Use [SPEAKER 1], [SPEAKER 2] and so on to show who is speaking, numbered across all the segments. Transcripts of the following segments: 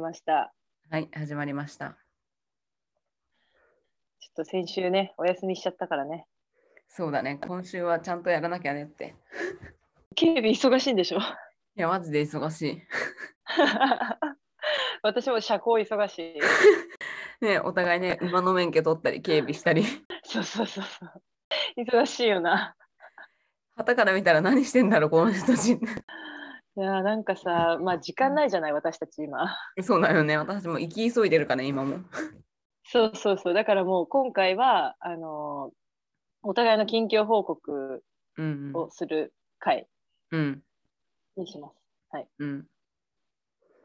[SPEAKER 1] ました。
[SPEAKER 2] はい、始まりました。
[SPEAKER 1] ちょっと先週ね、お休みしちゃったからね。
[SPEAKER 2] そうだね、今週はちゃんとやらなきゃねって。
[SPEAKER 1] 警備忙しいんでしょ
[SPEAKER 2] いや、マジで忙しい。
[SPEAKER 1] 私も社交忙しい。
[SPEAKER 2] ね、お互いね、馬の免許取ったり、警備したり。
[SPEAKER 1] そうそうそうそう。忙しいよな。
[SPEAKER 2] 旗から見たら何してんだろう、この人たち。
[SPEAKER 1] いやーなんかさ、まあ時間ないじゃない、私たち今。
[SPEAKER 2] そうだよね、私も行き急いでるから、今も。
[SPEAKER 1] そうそうそう。だからもう今回は、あのーお互いの近況報告
[SPEAKER 2] うん
[SPEAKER 1] をする回
[SPEAKER 2] うん。うん。
[SPEAKER 1] にします。
[SPEAKER 2] うん。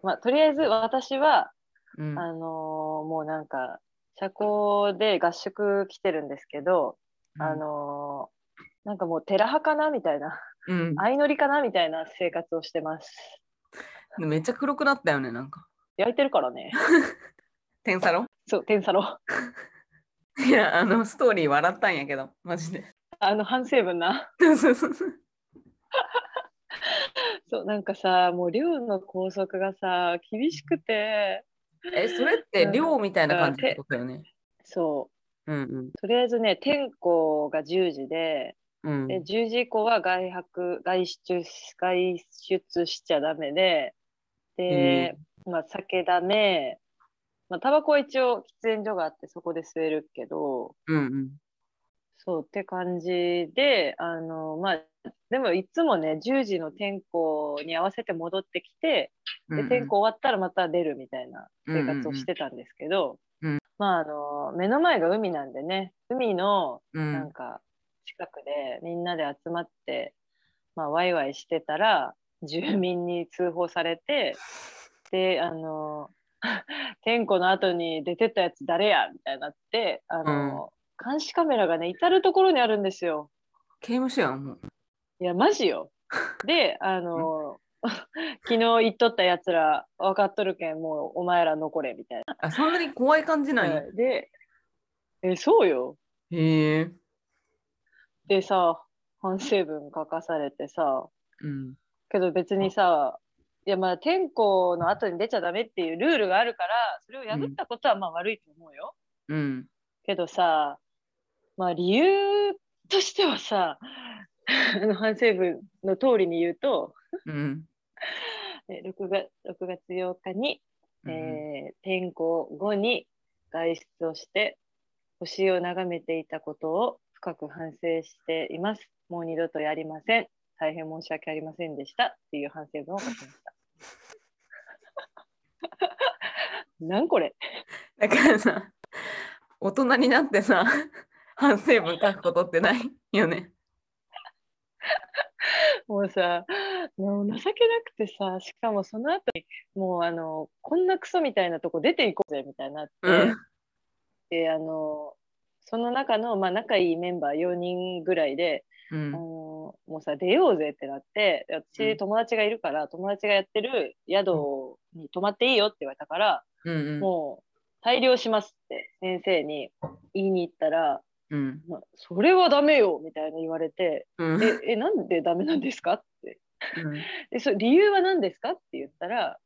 [SPEAKER 1] まあとりあえず私は、
[SPEAKER 2] うん。
[SPEAKER 1] あのーもうなんか、社交で合宿来てるんですけど、あのーなんかもう寺派かなみたいな、
[SPEAKER 2] うん、
[SPEAKER 1] 相乗りかなみたいな生活をしてます。
[SPEAKER 2] めっちゃ黒くなったよね、なんか。
[SPEAKER 1] 焼いてるから ね。
[SPEAKER 2] 天サ ロ
[SPEAKER 1] そう、天サロ。
[SPEAKER 2] いや、あの、ストーリー笑ったんやけど、マジで。
[SPEAKER 1] あの、反省文な。
[SPEAKER 2] そうそうそう
[SPEAKER 1] そう、なんかさ、もう寮の校則がさ、厳しくて、
[SPEAKER 2] え、それって寮みたいな感じってことよね。
[SPEAKER 1] そ
[SPEAKER 2] うん
[SPEAKER 1] う、とりあえずね、天候が10時で、
[SPEAKER 2] うん。う
[SPEAKER 1] で
[SPEAKER 2] ん。
[SPEAKER 1] 10時以降は外泊、外出し、外出しちゃダメで、で、まあ、酒ダメ、まあ、タバコは一応喫煙所があって、そこで吸えるけど、
[SPEAKER 2] うんうん。
[SPEAKER 1] そうって感じで、あのまあ、でもいつもね、10時の天候に合わせて戻ってきて、
[SPEAKER 2] うんう
[SPEAKER 1] で
[SPEAKER 2] ん
[SPEAKER 1] 天候終わったらまた出るみたいな生活をしてたんですけど、
[SPEAKER 2] うんうん
[SPEAKER 1] まあ、あの目の前が海なんでね、海の
[SPEAKER 2] う
[SPEAKER 1] なん
[SPEAKER 2] ん。
[SPEAKER 1] か近くでみんなで集まって、まあ、ワイワイしてたら、住民に通報されて、で、あの 天候の後に出てったやつ誰やみたいになって、あの、監視カメラがね、至る所にあるんですよ。
[SPEAKER 2] 刑務所やん、もう。
[SPEAKER 1] いや、マジよ。で、あの、 昨日言っとったやつら、分かっとるけん、もうお前ら残れ、みたい
[SPEAKER 2] あ、そんなに怖い感じない、
[SPEAKER 1] な。で、え、そうよ。
[SPEAKER 2] へえ。
[SPEAKER 1] でさ、反省文書かされてさ、
[SPEAKER 2] うん。
[SPEAKER 1] けど別にさ、いやまあ天候の後に出ちゃダメっていうルールがあるから、それを破ったことはまあ悪いと思うよ。
[SPEAKER 2] うん。
[SPEAKER 1] けどさ、まあ理由としてはさ、 あの反省文の通りに言うと、
[SPEAKER 2] うん。
[SPEAKER 1] えー6月 ,6 月8日に、
[SPEAKER 2] うん
[SPEAKER 1] えー天候後に外出をして星を眺めていたことを深く反省しています。もう二度とやりません。大変申し訳ありませんでしたっていう反省文を書きました。 なんこれ
[SPEAKER 2] だからさ、大人になってさ、 反省文書くことってないよね。
[SPEAKER 1] もうさもう情けなくてさしかもその後にもうあのこんなクソみたいなとこ出ていこうぜみたいになって、
[SPEAKER 2] うん
[SPEAKER 1] であのその中の、まあ、仲いいメンバー4人ぐらいで、
[SPEAKER 2] う
[SPEAKER 1] あ
[SPEAKER 2] ん。
[SPEAKER 1] のもうさ出ようぜってなってで私、
[SPEAKER 2] うん
[SPEAKER 1] 友達がいるから友達がやってる宿に泊まっていいよって言われたから、
[SPEAKER 2] うん。
[SPEAKER 1] もう大量しますって先生に言いに行ったら、
[SPEAKER 2] うん。
[SPEAKER 1] まあ、それはダメよみたいな言われ て
[SPEAKER 2] うん。
[SPEAKER 1] でえなんでダメなんですかって
[SPEAKER 2] うん
[SPEAKER 1] でそ理由は何ですかって言ったら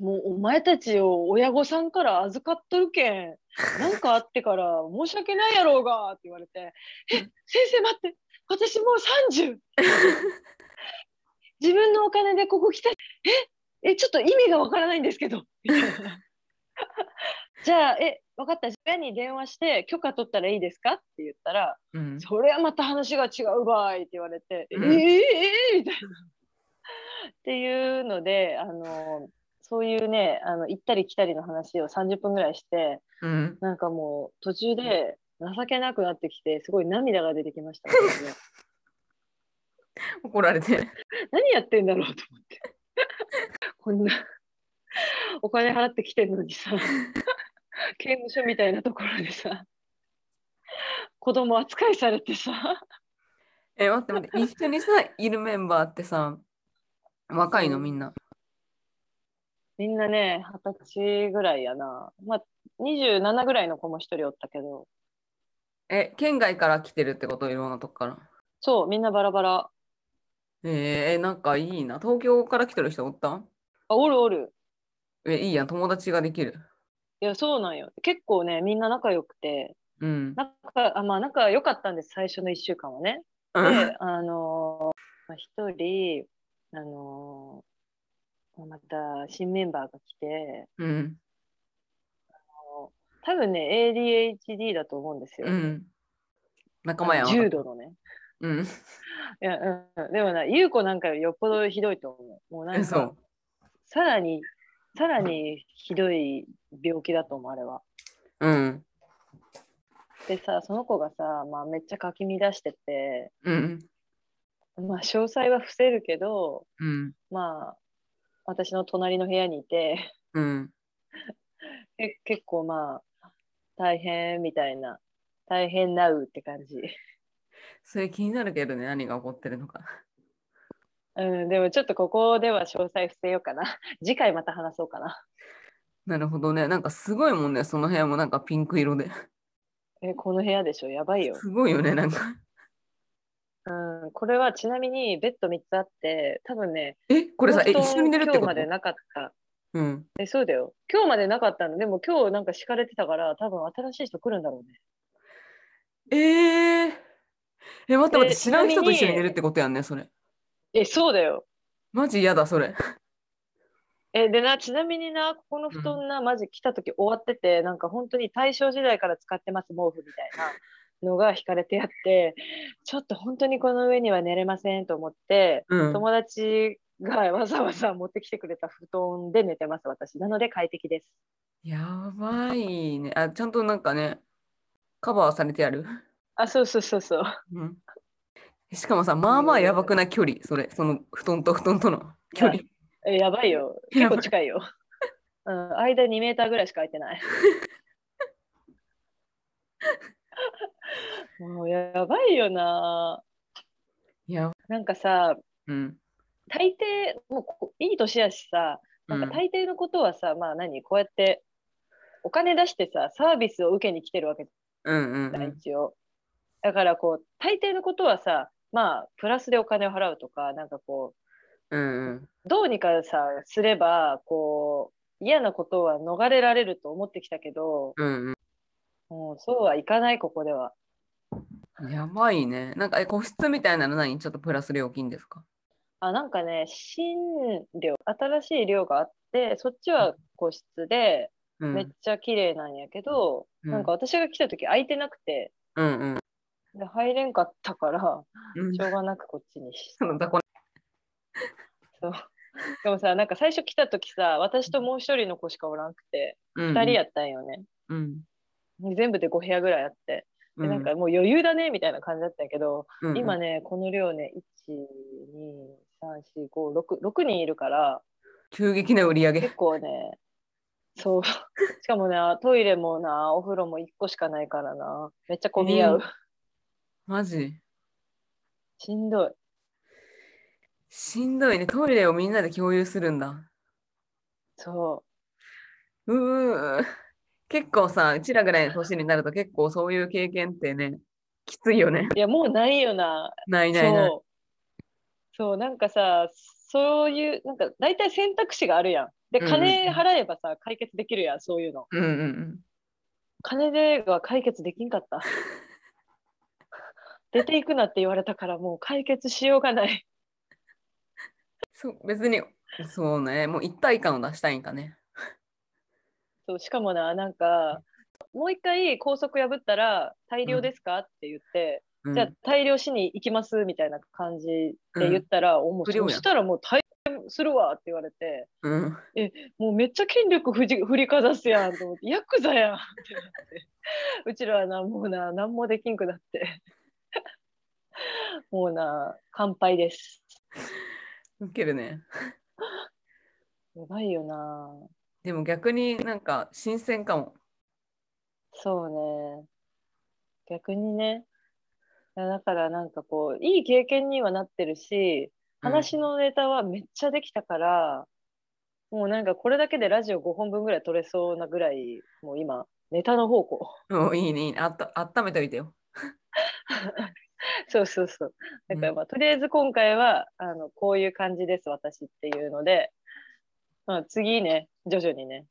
[SPEAKER 1] もうお前たちを親御さんから預かっとるけんなんかあってから申し訳ないやろうがって言われて「え先生待って私もう 30! 自分のお金でここ来たいええちょっと意味がわからないんですけど」 みたいなじゃあえ分かった親に電話して許可取ったらいいですかって言ったら
[SPEAKER 2] うん。
[SPEAKER 1] それはまた話が違うばいって言われて、
[SPEAKER 2] うん
[SPEAKER 1] ええええみたいな。っていうので、あのそういうねあの行ったり来たりの話を30分ぐらいして
[SPEAKER 2] うん。
[SPEAKER 1] なんかもう途中で情けなくなってきてすごい涙が出てきました、 ね、
[SPEAKER 2] 怒られて。
[SPEAKER 1] 何やってんだろうと思ってこんなお金払ってきてんのにさ 刑務所みたいなところでさ子供扱いされてさ
[SPEAKER 2] え、待って待って、一緒にさ、いるメンバーってさ、若いのみんな。
[SPEAKER 1] みんなね、二十歳ぐらいやな。まあ、27ぐらいの子も一人おったけど、
[SPEAKER 2] え、県外から来てるってこといろんなとこから。
[SPEAKER 1] そう、みんなバラバラ。
[SPEAKER 2] えー、なんかいいな。東京から来てる人おった
[SPEAKER 1] あ、おるおる。
[SPEAKER 2] え、いいやん、友達ができる。
[SPEAKER 1] いや、そうなんよ。結構ね、みんな仲良くて、
[SPEAKER 2] うん。
[SPEAKER 1] 仲、あまあ、仲良かったんです、最初の1週間はね。
[SPEAKER 2] うん
[SPEAKER 1] で、あのーまあ、一人、あのーまた新メンバーが来て、
[SPEAKER 2] うん。
[SPEAKER 1] 多分ね、ADHD だと思うんですよ。
[SPEAKER 2] うん。仲間やわ。
[SPEAKER 1] 重度のね。
[SPEAKER 2] うん。
[SPEAKER 1] いや、うん、でもな、ゆうこなんかよりよっぽどひどいと思う。もうなん
[SPEAKER 2] え、そ
[SPEAKER 1] か
[SPEAKER 2] う、。
[SPEAKER 1] さらに、さらにひどい病気だと思う、あれは。
[SPEAKER 2] うん。
[SPEAKER 1] でさ、その子がさ、まあ、めっちゃかき乱してて、
[SPEAKER 2] うん。
[SPEAKER 1] まあ、詳細は伏せるけど、
[SPEAKER 2] うん。
[SPEAKER 1] まあ、私の隣の部屋にいて、
[SPEAKER 2] うん。
[SPEAKER 1] け結構まあ、大変みたいな、大変なうって感じ。
[SPEAKER 2] それ気になるけどね、何が起こってるのか。
[SPEAKER 1] うん、でもちょっとここでは詳細伏せようかな。 次回また話そうかな。
[SPEAKER 2] なるほどね。なんかすごいもんね、その部屋もなんかピンク色で。
[SPEAKER 1] え、この部屋でしょ、やばいよ。
[SPEAKER 2] すごいよね、なんか。
[SPEAKER 1] うん、これはちなみにベッド3つあって、多分ね、
[SPEAKER 2] え、これさ、え、
[SPEAKER 1] 本
[SPEAKER 2] 一
[SPEAKER 1] 当
[SPEAKER 2] 緒に寝るって
[SPEAKER 1] 今日
[SPEAKER 2] こ
[SPEAKER 1] ま
[SPEAKER 2] と
[SPEAKER 1] でなかった。
[SPEAKER 2] うん。
[SPEAKER 1] え、そうだよ。今日までなかったの。でも今日なんか敷かれてたから、多分新しい人来るんだろうね。
[SPEAKER 2] えー、え、待って待っ
[SPEAKER 1] で
[SPEAKER 2] て、知らん人と一緒
[SPEAKER 1] ちなみ
[SPEAKER 2] に
[SPEAKER 1] に
[SPEAKER 2] 寝るってことやんね、それ。
[SPEAKER 1] え、そうだよ。
[SPEAKER 2] マジ嫌だ、それ。
[SPEAKER 1] え、でな、ちなみにな、ここの布団な、マジ来た時終わってて、なんか本当に大正時代から使ってます、毛布みたいなのが引かれてあって、ちょっと本当にこの上には寝れませんと思って、
[SPEAKER 2] うん。
[SPEAKER 1] 友達がわざわざ持ってきてくれた布団で寝てます、私。なので快適です。
[SPEAKER 2] やばいね。あ、ちゃんとなんかね、カバーされてある。
[SPEAKER 1] あ、そうそうそうそう。
[SPEAKER 2] うん。しかもさ、まあまあやばくない距離、それ、その布団と布団との距離。
[SPEAKER 1] えやばいよ。 結
[SPEAKER 2] やばい
[SPEAKER 1] 構近いよ。うん、間2メーターぐらいしか空いて ない。もうやばいよな。
[SPEAKER 2] やば
[SPEAKER 1] なんかさ、
[SPEAKER 2] うん。
[SPEAKER 1] 大抵、もうこいい年やしさ、なんか
[SPEAKER 2] うん
[SPEAKER 1] 大抵のことはさ、まあ何、こうやってお金出してさ、サービスを受けに来てるわけじ
[SPEAKER 2] うんうん
[SPEAKER 1] ゃ
[SPEAKER 2] う
[SPEAKER 1] ない、
[SPEAKER 2] ん。
[SPEAKER 1] 一応。だからこう、大抵のことはさ、まあ、プラスでお金を払うとか、なんかこう、
[SPEAKER 2] うんうん。
[SPEAKER 1] どうにかさすればこう嫌なことは逃れられると思ってきたけど、
[SPEAKER 2] うん
[SPEAKER 1] もうそうはいかないここでは
[SPEAKER 2] うん。やばいね。なんか、え、個室みたいなの何ちょっとプラス料金ですか
[SPEAKER 1] あなんかね新寮新しい寮があってそっちは個室で
[SPEAKER 2] うん。
[SPEAKER 1] めっちゃ綺麗なんやけど、
[SPEAKER 2] うん
[SPEAKER 1] なんか私が来た時空いてなくて
[SPEAKER 2] うんうん。
[SPEAKER 1] で入れんかったから
[SPEAKER 2] うん
[SPEAKER 1] しょうがなくこっちにし
[SPEAKER 2] その雑魚
[SPEAKER 1] そうでもさなんか最初来た時さ私ともう一人の子しかおらんくて
[SPEAKER 2] うんう
[SPEAKER 1] 2
[SPEAKER 2] ん
[SPEAKER 1] 人やったんよね、
[SPEAKER 2] うん。
[SPEAKER 1] 全部で5部屋ぐらいあってでなんかもう余裕だねみたいな感じだったんやけど、
[SPEAKER 2] うん、
[SPEAKER 1] 今
[SPEAKER 2] ね、
[SPEAKER 1] ね、この量ね、1、2、3、4、5、6、6人いるから、
[SPEAKER 2] 急激な売り上げ
[SPEAKER 1] 結。構ね、そう、 しかもね、トイレもな、お風呂も1個しかないからな、めっちゃ混み合う。
[SPEAKER 2] うんマジ
[SPEAKER 1] しんどい。
[SPEAKER 2] しんどいね。トイレをみんなで共有するんだ。
[SPEAKER 1] そう
[SPEAKER 2] ー結構さ、うちらぐらいの年になると結構そういう経験ってね、きついよね。
[SPEAKER 1] う。いや、もうないよな。
[SPEAKER 2] ないないない。
[SPEAKER 1] そう。そう、なんかさ、そういう、なんか大体選択肢があるやん。で、
[SPEAKER 2] うんうん
[SPEAKER 1] 金払えばさ、解決できるやん、そういうの。
[SPEAKER 2] うんうんうん。
[SPEAKER 1] 金では解決できんか った。出ていくなって言われたから、もう解決しようがない。
[SPEAKER 2] そう、別に、そうね、もう一体感を出したいんかね。
[SPEAKER 1] そうしかもな、なんか、もう一回校則破ったら、大量ですか、って言って、
[SPEAKER 2] うん、
[SPEAKER 1] じゃあ大量しに行きますみたいな感じで言ったら、おもう
[SPEAKER 2] 不良や
[SPEAKER 1] そ
[SPEAKER 2] ん
[SPEAKER 1] したらもう大量するわって言われて、
[SPEAKER 2] うん、
[SPEAKER 1] もうめっちゃ権力振り振りかざすやんと思って、ヤクザやんってなって、うちらはな、もうな、なんもできんくなって、もうな、乾杯です。
[SPEAKER 2] 受けるね。
[SPEAKER 1] やばいよな。
[SPEAKER 2] でも逆になんか新鮮かも。
[SPEAKER 1] そうね。逆にね。いやだからなんかこう、いい経験にはなってるし、
[SPEAKER 2] うん
[SPEAKER 1] 話のネタはめっちゃできたから、もうなんかこれだけでラジオ5本分ぐらい撮れそうなぐらい、もう今、ネタの方向。
[SPEAKER 2] もういいね、いいね。あった、温めておいてよ。
[SPEAKER 1] そうそうそう。だから
[SPEAKER 2] うん
[SPEAKER 1] まあ、とりあえず今回は、あの、こういう感じです、私っていうので、まあ、次ね、徐々にね、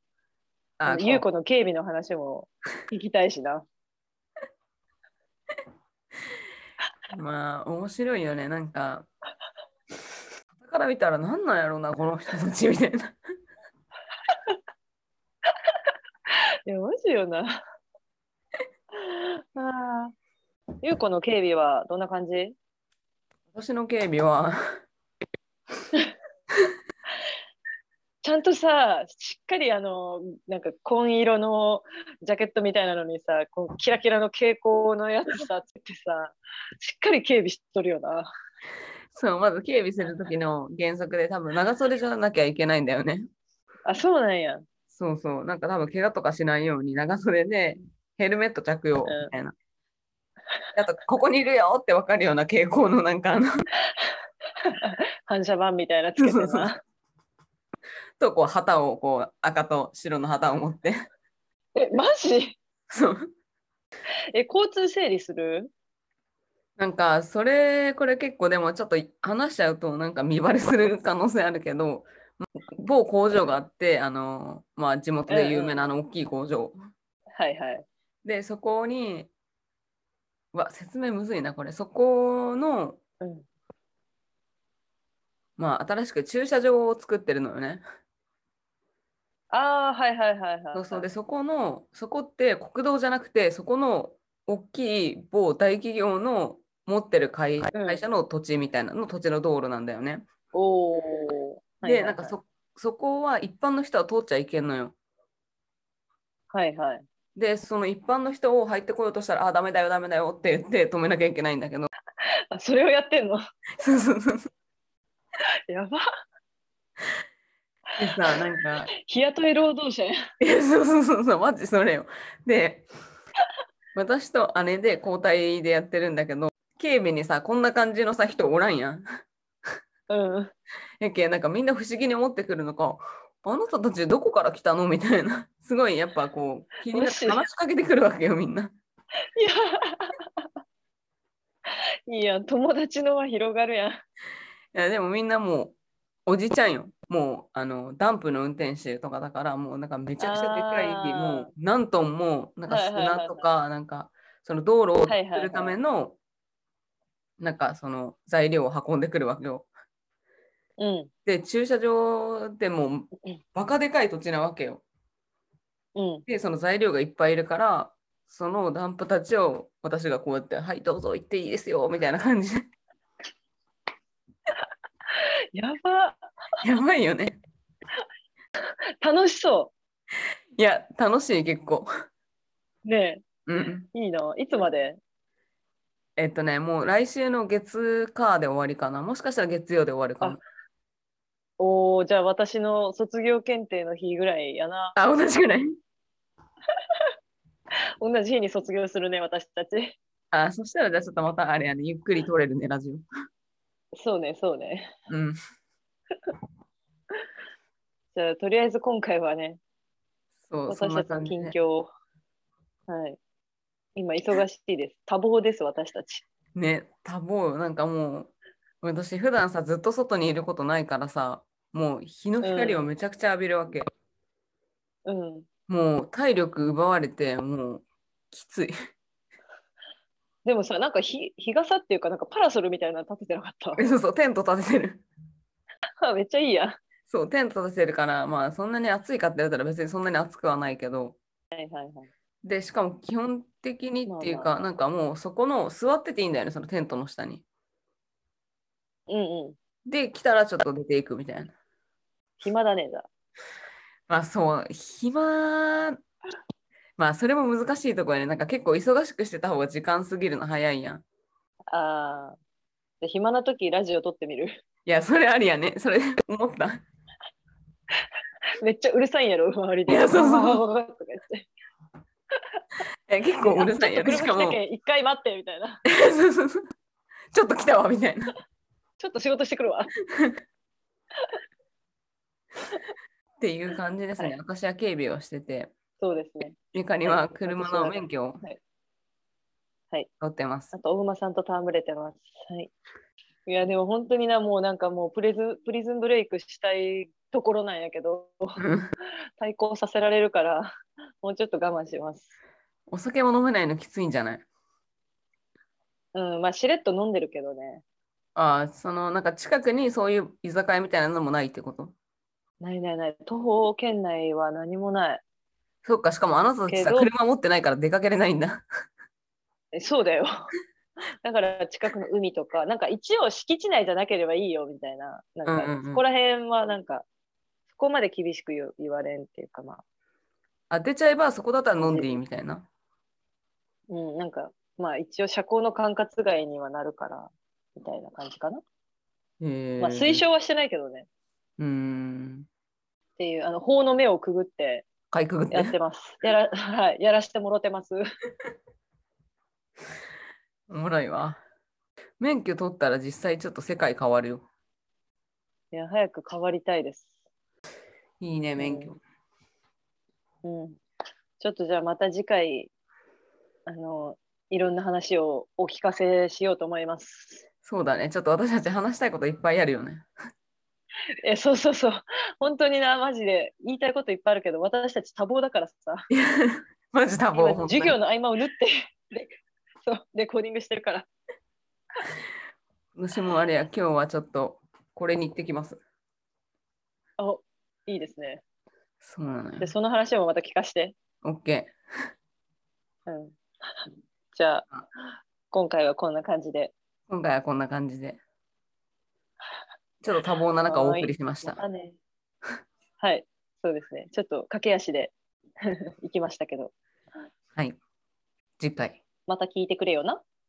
[SPEAKER 2] あ
[SPEAKER 1] 優子の警備の話も聞きたいしな。
[SPEAKER 2] まあ面白いよねなんかだから見たらなんなんやろうなこの人たちみたいない
[SPEAKER 1] や、マジよな。 ああ。優子の警備はどんな感じ
[SPEAKER 2] 私の警備は
[SPEAKER 1] ちゃんとさ、しっかりあの、なんか紺色のジャケットみたいなのにさ、こうキラキラの蛍光のやつさ、つってさ、しっかり警備しとるよな。
[SPEAKER 2] そうまず警備する時の原則で多分長袖じゃなきゃいけないんだよね
[SPEAKER 1] あ、そうなんや。
[SPEAKER 2] そうそうなんか多分怪我とかしないように長袖でヘルメット着用みたいな、あとここにいるよって分かるような傾向のなんかあの
[SPEAKER 1] 反射板みたいなつけて
[SPEAKER 2] そうそう
[SPEAKER 1] な。
[SPEAKER 2] とこう旗をこう赤と白の旗を持って
[SPEAKER 1] え、マジ
[SPEAKER 2] そう
[SPEAKER 1] え、交通整理する
[SPEAKER 2] なんかそれこれ結構でもちょっと話しちゃうとなんか見バレする可能性あるけど某工場があってあの、まあ、地元で有名なあの大きい工場、
[SPEAKER 1] はいはい。
[SPEAKER 2] でそこにうわ説明むずいなこれそこの、
[SPEAKER 1] うん
[SPEAKER 2] まあ、新しく駐車場を作ってるのよね
[SPEAKER 1] ああ、はいはいはいはい。
[SPEAKER 2] そうそうでそこのそこって国道じゃなくてそこの大きい某大企業の持ってる会
[SPEAKER 1] うん
[SPEAKER 2] 会社の土地みたいなの土地の道路なんだよね。
[SPEAKER 1] おお。はいは
[SPEAKER 2] で
[SPEAKER 1] い
[SPEAKER 2] なんかそそこは一般の人は通っちゃいけんのよ。
[SPEAKER 1] はいはい。
[SPEAKER 2] でその一般の人を入ってこようとしたら「あダメだよダメだよ」って言って止めなきゃいけないんだけど
[SPEAKER 1] あ、それをやってんの
[SPEAKER 2] そうそうそうそう
[SPEAKER 1] やば。
[SPEAKER 2] でさなんか
[SPEAKER 1] 日雇い労働者や。
[SPEAKER 2] いやそうそうそうそうマジそれよ。で私と姉で交代でやってるんだけど警備にさこんな感じのさ人おらんやん。
[SPEAKER 1] うん。
[SPEAKER 2] やけんなんかみんな不思議に思ってくるのかあなたたちどこから来たのみたいなすごいやっぱこう気になっ
[SPEAKER 1] も
[SPEAKER 2] て
[SPEAKER 1] し
[SPEAKER 2] 話しかけてくるわけよみんな。
[SPEAKER 1] いや。いいやん、友達の輪広がるやん。
[SPEAKER 2] いやでもみんなもうおじちゃんよもうあのダンプの運転手とかだからもうなんかめちゃくちゃでかい
[SPEAKER 1] あー
[SPEAKER 2] もう何トンもなんか
[SPEAKER 1] はいはいはいはい
[SPEAKER 2] 砂とかなんかその道路を
[SPEAKER 1] はいはいは
[SPEAKER 2] 作
[SPEAKER 1] い
[SPEAKER 2] るためのなんかその材料を運んでくるわけよ。
[SPEAKER 1] うん。
[SPEAKER 2] で駐車場でもうバカでかい土地なわけよ。
[SPEAKER 1] うん。
[SPEAKER 2] でその材料がいっぱいいるからそのダンプたちを私がこうやって「はいどうぞ行っていいですよ」みたいな感じで
[SPEAKER 1] やば。
[SPEAKER 2] やばいよね
[SPEAKER 1] 楽しそ
[SPEAKER 2] いや楽しい結構
[SPEAKER 1] う。ね
[SPEAKER 2] うん
[SPEAKER 1] え、いいな。いつまで
[SPEAKER 2] えっとねもう来週の月火で終わりかなもしかしたら月曜で終わるかも
[SPEAKER 1] おお、じゃあ私の卒業検定の日ぐらいやな。
[SPEAKER 2] あ同じぐらい
[SPEAKER 1] 同じ日に卒業するね、私たち。
[SPEAKER 2] あそしたらじゃあちょっとまたあれやねゆっくり撮れるねラジオ
[SPEAKER 1] そうね、そうね。
[SPEAKER 2] うん
[SPEAKER 1] じゃあ、とりあえず今回はね、
[SPEAKER 2] そうそん
[SPEAKER 1] 私
[SPEAKER 2] な
[SPEAKER 1] たちの
[SPEAKER 2] 感じ
[SPEAKER 1] 近
[SPEAKER 2] で
[SPEAKER 1] 況を。はい。今、忙しいです。多忙です、私たち。
[SPEAKER 2] ね多忙よなんかもう私普段さずっと外にいることないからさもう日の光をめちゃくちゃ浴びるわけ、
[SPEAKER 1] うん。
[SPEAKER 2] もう体力奪われてもうきつい
[SPEAKER 1] でもさ、なんか日日傘っていうか、なんかパラソルみたいなの立ててなかっ
[SPEAKER 2] そうそうテント立ててる
[SPEAKER 1] た。 あめっちゃいいや。は
[SPEAKER 2] そうテント立ててるからまあそんなに暑いかって言われたら別にそんなに暑くはないけど
[SPEAKER 1] いはいはい。
[SPEAKER 2] でしかも基本的にっていうか、
[SPEAKER 1] まあ
[SPEAKER 2] なんかもうそこの座ってていいんだよねそのテントの下に
[SPEAKER 1] うんうん。
[SPEAKER 2] で来たらちょっと出ていくみたいな
[SPEAKER 1] 暇だねじゃあ。
[SPEAKER 2] まあそう暇まあそれも難しいところねなんか結構忙しくしてた方が時間過ぎるの早いやん
[SPEAKER 1] ああ。で暇な時ラジオ撮ってみる。
[SPEAKER 2] いやそれありやねそれ思った
[SPEAKER 1] めっちゃうるさいんやろ、周りで。
[SPEAKER 2] いやそうそう
[SPEAKER 1] そう。とか言って。
[SPEAKER 2] え結構うるさいや
[SPEAKER 1] あち
[SPEAKER 2] ね
[SPEAKER 1] ょっ
[SPEAKER 2] し
[SPEAKER 1] と車
[SPEAKER 2] か
[SPEAKER 1] 来た
[SPEAKER 2] も
[SPEAKER 1] けん一回待ってみたいな。
[SPEAKER 2] そうそうそう ちょっと来たわみたいな
[SPEAKER 1] ちょっと仕事してくるわ。
[SPEAKER 2] っていう感じですね。私は警備をしてて、
[SPEAKER 1] そうですね。
[SPEAKER 2] ゆかり
[SPEAKER 1] は
[SPEAKER 2] はい車の免許を
[SPEAKER 1] はいはい
[SPEAKER 2] 取ってます
[SPEAKER 1] あ。と、大馬さんと戯れてます。はい。いや、でも本当にな、もうなんかもうプリズンプリズンブレイクしたいところなんやけ ど
[SPEAKER 2] うん
[SPEAKER 1] 対抗させられるからもうちょっと我慢します。
[SPEAKER 2] お酒も飲めないのきついんじゃない
[SPEAKER 1] うん、まあしれっと飲んでるけどね。
[SPEAKER 2] ああ、そのなんか近くにそういう居酒屋みたいなのもないってこと
[SPEAKER 1] ないないない。徒歩圏内は何もない。
[SPEAKER 2] そっか、しかもあなたたちさ、
[SPEAKER 1] けど
[SPEAKER 2] 車持ってないから出かけれないんだ。
[SPEAKER 1] えそうだよ。 だから近くの海とか、なんか一応敷地内じゃなければいいよみたいな、なん
[SPEAKER 2] うんうんう
[SPEAKER 1] か
[SPEAKER 2] ん
[SPEAKER 1] そこら辺はなんか、そこまで厳しく言う言われんっていうかまあ、
[SPEAKER 2] あ、出ちゃえばそこだったら飲んでいいみたいな。
[SPEAKER 1] うん、なんかまあ一応社交の管轄外にはなるから、みたいな感じかな。
[SPEAKER 2] へえ
[SPEAKER 1] まあ推。奨はしてないけどね。っ
[SPEAKER 2] うーん。
[SPEAKER 1] ていう、あの、法の目をくぐって
[SPEAKER 2] かいくぐって
[SPEAKER 1] やってます。 やら、はい、やらしてもろてます。
[SPEAKER 2] おもろいわ。免許取ったら実際ちょっと世界変わるよ。
[SPEAKER 1] いや、早く変わりたいです。
[SPEAKER 2] いいね、免許。
[SPEAKER 1] うん。ちょっとじゃあまた次回、あの、いろんな話をお聞かせしようと思います。
[SPEAKER 2] そうだね。ちょっと私たち話したいこといっぱいあるよね。
[SPEAKER 1] え、そうそうそう。本当にな、マジで言いたいこといっぱいあるけど、私たち多忙だからさ、
[SPEAKER 2] マジ多
[SPEAKER 1] 今
[SPEAKER 2] 忙。
[SPEAKER 1] 授業の合間を縫って、レそう、レコーディングしてるから。
[SPEAKER 2] 私もあれや、今日はちょっとこれに行ってきます。
[SPEAKER 1] あ、いいですね。
[SPEAKER 2] そうなのよ
[SPEAKER 1] で、。その話もまた聞かして。
[SPEAKER 2] OK。
[SPEAKER 1] うん。じゃあ、今回はこんな感じで。
[SPEAKER 2] 今回はこんな感じで。ちょっと多忙な中お送りしました。
[SPEAKER 1] ね。はい、そうですね。ちょっと駆け足で 行きましたけど、
[SPEAKER 2] はい。次回。
[SPEAKER 1] また聞いてくれよな。